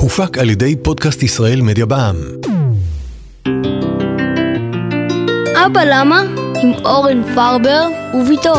הופק על ידי פודקאסט ישראל מדיה בע"מ. אבא למה? עם אורן פרבר וביתו.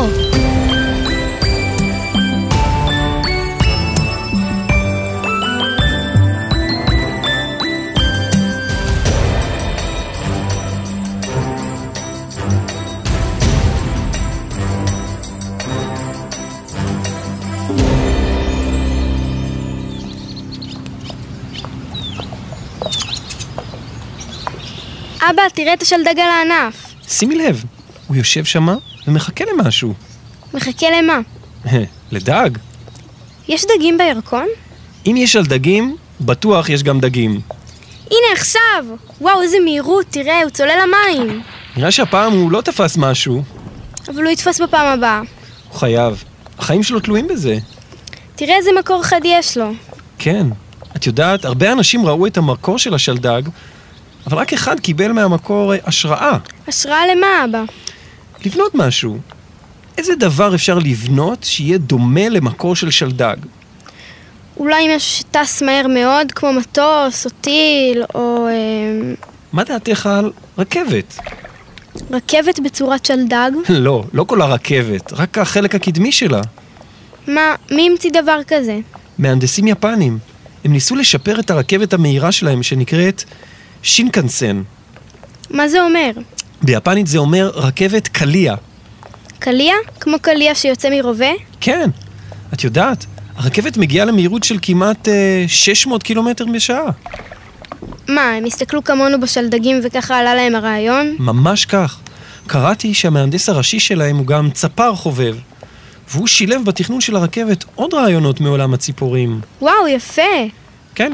אבא, תראה את השלדג על הענף. שימי לב, הוא יושב שמה ומחכה למשהו. מחכה למה? לדג. יש דגים בירקון? אם יש על דגים, בטוח יש גם דגים. הנה עכשיו! וואו, איזה מהירות, תראה, הוא צולל למים. נראה שהפעם הוא לא תפס משהו. אבל הוא יתפוס בפעם הבאה. הוא חייב. החיים שלו תלויים בזה. תראה איזה מקור חד יש לו. כן. את יודעת, הרבה אנשים ראו את המקור של השלדג, אבל רק אחד קיבל מהמקור אה, השראה. השראה למה, אבא? לבנות משהו. איזה דבר אפשר לבנות שיהיה דומה למקור של שלדג? אולי משהו שטס מהר מאוד, כמו מטוס, או טיל, או אה, מה דעתך על רכבת? רכבת בצורת שלדג? לא, לא כל הרכבת, רק החלק הקדמי שלה. מה, מי המציא דבר כזה? מהנדסים יפנים. הם ניסו לשפר את הרכבת המהירה שלהם, שנקראת שינקנסן. מה זה אומר? ביפנית זה אומר רכבת קליע. קליע? כמו קליע שיוצא מרובה? כן, את יודעת, הרכבת מגיעה למהירות של כמעט אה, 600 קילומטר בשעה. מה, הם הסתכלו כמונו בשלדגים וככה עלה להם הרעיון? ממש כך. קראתי שהמהנדס הראשי שלהם הוא גם צפר חובב, והוא שילב בתכנון של הרכבת עוד רעיונות מעולם הציפורים. וואו, יפה! כן,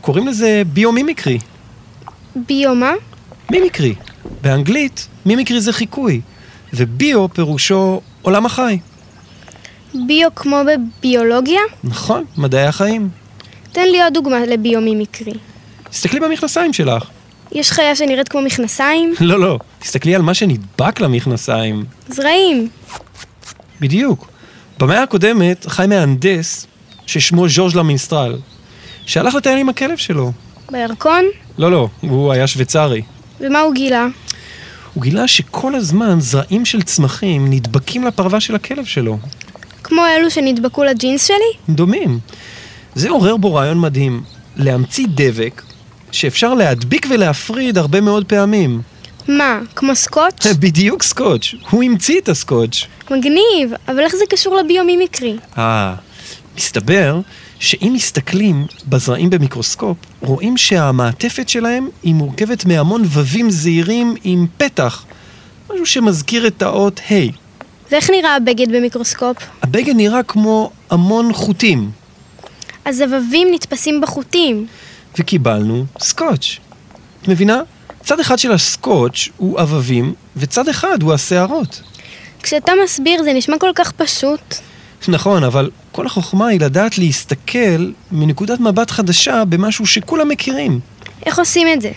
קוראים לזה ביומימיקרי. ביו מה? מימיקרי. באנגלית, מימיקרי זה חיקוי, וביו פירושו עולם החי. ביו כמו בביולוגיה? נכון, מדעי החיים. תן לי עוד דוגמה לביומימיקרי. תסתכלי במכנסיים שלך. יש חיה שנראית כמו מכנסיים? לא, לא, תסתכלי על מה שנדבק למכנסיים. זרעים. בדיוק. במאה הקודמת חי מהנדס ששמו ז'ורג' למינסטרל, שהלך לטייל עם הכלב שלו. בירקון? לא, לא, הוא היה שוויצרי. ומה הוא גילה? הוא גילה שכל הזמן זרעים של צמחים נדבקים לפרווה של הכלב שלו. כמו אלו שנדבקו לג'ינס שלי? דומים. זה עורר בו רעיון מדהים, להמציא דבק שאפשר להדביק ולהפריד הרבה מאוד פעמים. מה, כמו סקוץ'? בדיוק סקוץ', הוא המציא את הסקוץ'. מגניב, אבל איך זה קשור לביומימיקרי? אה, מסתבר שאם מסתכלים בזרעים במיקרוסקופ, רואים שהמעטפת שלהם היא מורכבת מהמון ווים זעירים עם פתח, משהו שמזכיר את האות ה'. ואיך נראה הבגד במיקרוסקופ? הבגן נראה כמו המון חוטים, אז הבבים נתפסים בחוטים. וקיבלנו סקוץ'. את מבינה? צד אחד של הסקוץ' הוא עבבים, וצד אחד הוא השערות. כשאתה מסביר זה נשמע כל כך פשוט. נכון, אבל כל החוכמה היא לדעת להסתכל מנקודת מבט חדשה במשהו שכולם מכירים. איך עושים את זה?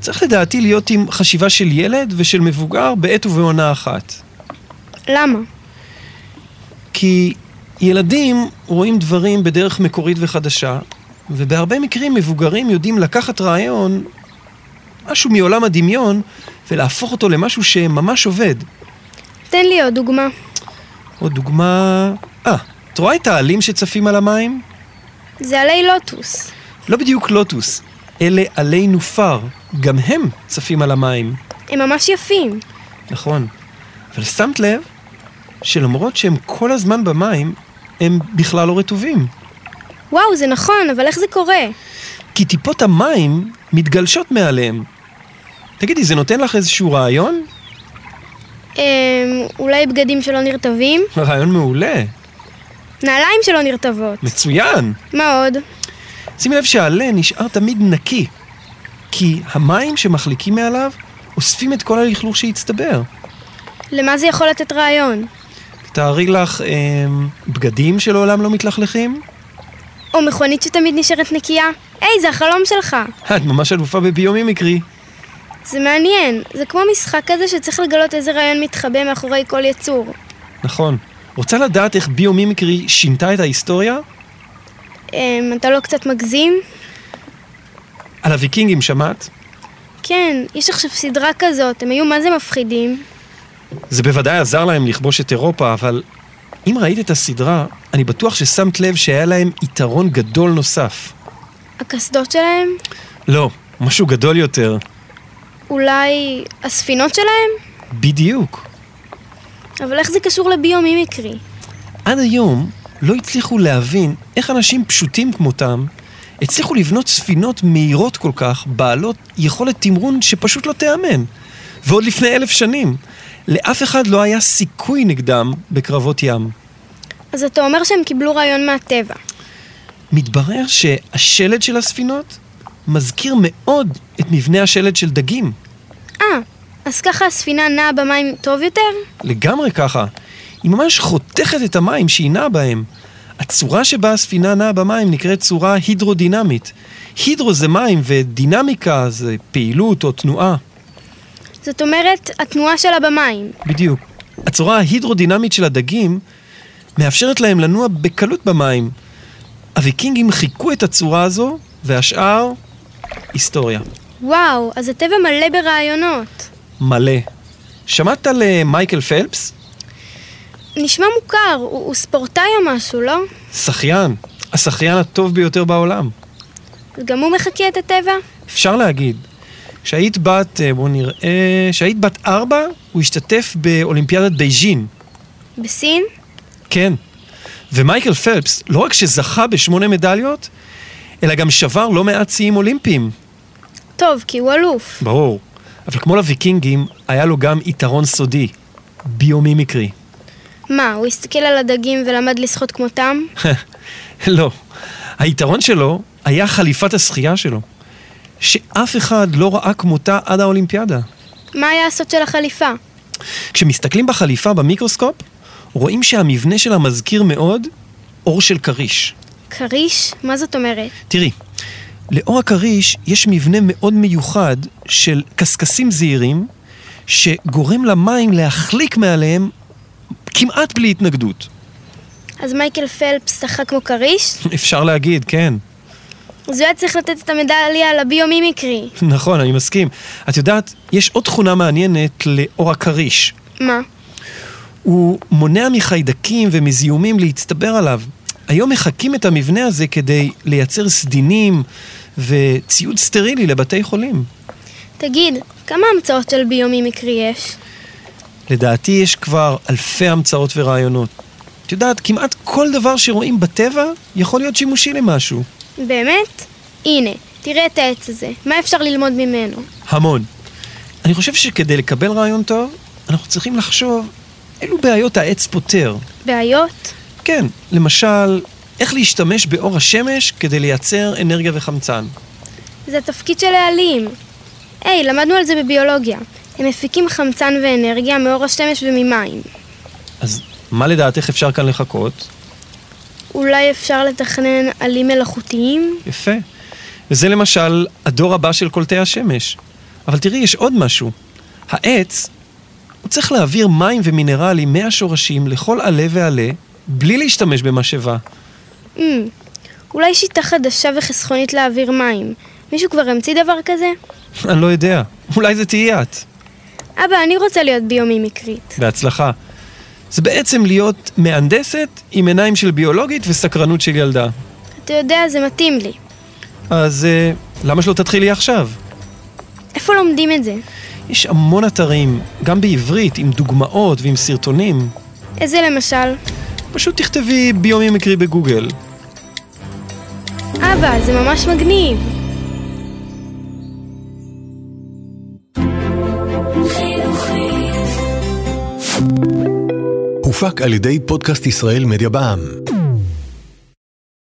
צריך לדעתי להיות עם חשיבה של ילד ושל מבוגר בעת ובעונה אחת. למה? כי ילדים רואים דברים בדרך מקורית וחדשה, ובהרבה מקרים מבוגרים יודעים לקחת רעיון, משהו מעולם הדמיון, ולהפוך אותו למשהו שממש עובד. תן לי עוד דוגמה. עוד דוגמה... אה, את רואה את העלים שצפים על המים? זה עלי לוטוס. לא בדיוק לוטוס, אלה עלי נופר, גם הם צפים על המים. הם ממש יפים. נכון. אבל שמת לב שלמרות שהם כל הזמן במים, הם בכלל לא רטובים. וואו, זה נכון, אבל איך זה קורה? כי טיפות המים מתגלשות מעליהם. תגידי, זה נותן לך איזשהו רעיון? אמ... אולי בגדים שלא נרטבים? רעיון מעולה. נעליים שלא נרטבות. מצוין. מה עוד? שימי לב שהעלה נשאר תמיד נקי, כי המים שמחליקים מעליו אוספים את כל הלכלוך שהצטבר. למה זה יכול לתת רעיון? תארי לך אה, בגדים שלעולם לא מתלכלכים? או מכונית שתמיד נשארת נקייה? היי, זה החלום שלך. את ממש אלופה בביומימיקרי. זה מעניין. זה כמו משחק כזה שצריך לגלות איזה רעיון מתחבא מאחורי כל יצור. נכון. רוצה לדעת איך ביומימיקרי שינתה את ההיסטוריה? אמ, אתה לא קצת מגזים? על הוויקינגים שמעת? כן, יש עכשיו סדרה כזאת, הם היו מה זה מפחידים. זה בוודאי עזר להם לכבוש את אירופה, אבל אם ראית את הסדרה, אני בטוח ששמת לב שהיה להם יתרון גדול נוסף. הקסדות שלהם? לא, משהו גדול יותר. אולי הספינות שלהם? בדיוק. אבל איך זה קשור לביומימיקרי? עד היום לא הצליחו להבין איך אנשים פשוטים כמותם הצליחו לבנות ספינות מהירות כל כך, בעלות יכולת תמרון שפשוט לא תיאמן. ועוד לפני אלף שנים, לאף אחד לא היה סיכוי נגדם בקרבות ים. אז אתה אומר שהם קיבלו רעיון מהטבע. מתברר שהשלד של הספינות מזכיר מאוד את מבנה השלד של דגים. אה, אז ככה הספינה נעה במים טוב יותר? לגמרי ככה. היא ממש חותכת את המים שהיא נעה בהם. הצורה שבה הספינה נעה במים נקראת צורה הידרודינמית. הידרו זה מים ודינמיקה זה פעילות או תנועה. זאת אומרת, התנועה שלה במים. בדיוק. הצורה ההידרודינמית של הדגים מאפשרת להם לנוע בקלות במים. הוויקינגים חיכו את הצורה הזו, והשאר, היסטוריה. וואו, אז הטבע מלא ברעיונות. מלא. שמעת על אה, מייקל פלפס? נשמע מוכר, הוא, הוא ספורטאי או משהו, לא? שחיין. השחיין הטוב ביותר בעולם. אז גם הוא מחקה את הטבע? אפשר להגיד, כשהיית בת, אה, בואו נראה, כשהיית בת ארבע, הוא השתתף באולימפיאדת בייג'ין. בסין? כן. ומייקל פלפס לא רק שזכה בשמונה מדליות, אלא גם שבר לא מעט שיאים אולימפיים. טוב, כי הוא אלוף. ברור. אבל כמו לוויקינגים, היה לו גם יתרון סודי, ביומימיקרי. מה, הוא הסתכל על הדגים ולמד לשחות כמותם? לא. היתרון שלו היה חליפת השחייה שלו, שאף אחד לא ראה כמותה עד האולימפיאדה. מה היה הסוד של החליפה? כשמסתכלים בחליפה במיקרוסקופ, רואים שהמבנה שלה מזכיר מאוד אור של כריש. כריש? מה זאת אומרת? תראי, לאור הכריש יש מבנה מאוד מיוחד של קשקשים זעירים, שגורם למים להחליק מעליהם כמעט בלי התנגדות. אז מייקל פלפס שחק כמו כריש? אפשר להגיד, כן. אז הוא היה צריך לתת את המדליה לביומימיקרי. נכון, אני מסכים. את יודעת, יש עוד תכונה מעניינת לאור הכריש. מה? הוא מונע מחיידקים ומזיהומים להצטבר עליו. היום מחקים את המבנה הזה כדי לייצר סדינים וציוד סטרילי לבתי חולים. תגיד, כמה המצאות של ביומימיקרי יש? לדעתי יש כבר אלפי המצאות ורעיונות. את יודעת, כמעט כל דבר שרואים בטבע יכול להיות שימושי למשהו. באמת? הנה, תראה את העץ הזה, מה אפשר ללמוד ממנו? המון. אני חושב שכדי לקבל רעיון טוב, אנחנו צריכים לחשוב אילו בעיות העץ פותר. בעיות? כן, למשל, איך להשתמש באור השמש כדי לייצר אנרגיה וחמצן. זה התפקיד של העלים. היי, למדנו על זה בביולוגיה. הם מפיקים חמצן ואנרגיה מאור השמש וממים. אז מה לדעתך אפשר כאן לחכות? אולי אפשר לתכנן עלים מלאכותיים? יפה. וזה למשל הדור הבא של קולטי השמש. אבל תראי, יש עוד משהו. העץ, הוא צריך להעביר מים ומינרלים מהשורשים לכל עלה ועלה, בלי להשתמש במשאבה. אמ, אולי שיטה חדשה וחסכונית להעביר מים. מישהו כבר המציא דבר כזה? אני לא יודע, אולי זה תהיי את. אבא, אני רוצה להיות ביומימיקרית. בהצלחה. זה בעצם להיות מהנדסת עם עיניים של ביולוגית וסקרנות של ילדה. אתה יודע, זה מתאים לי. אז אה, למה שלא תתחילי עכשיו? איפה לומדים את זה? יש המון אתרים, גם בעברית, עם דוגמאות ועם סרטונים. איזה למשל? פשוט תכתבי ביומימיקרי בגוגל. אבא, זה ממש מגניב. הופק על ידי פודקאסט ישראל מדיה בע"מ.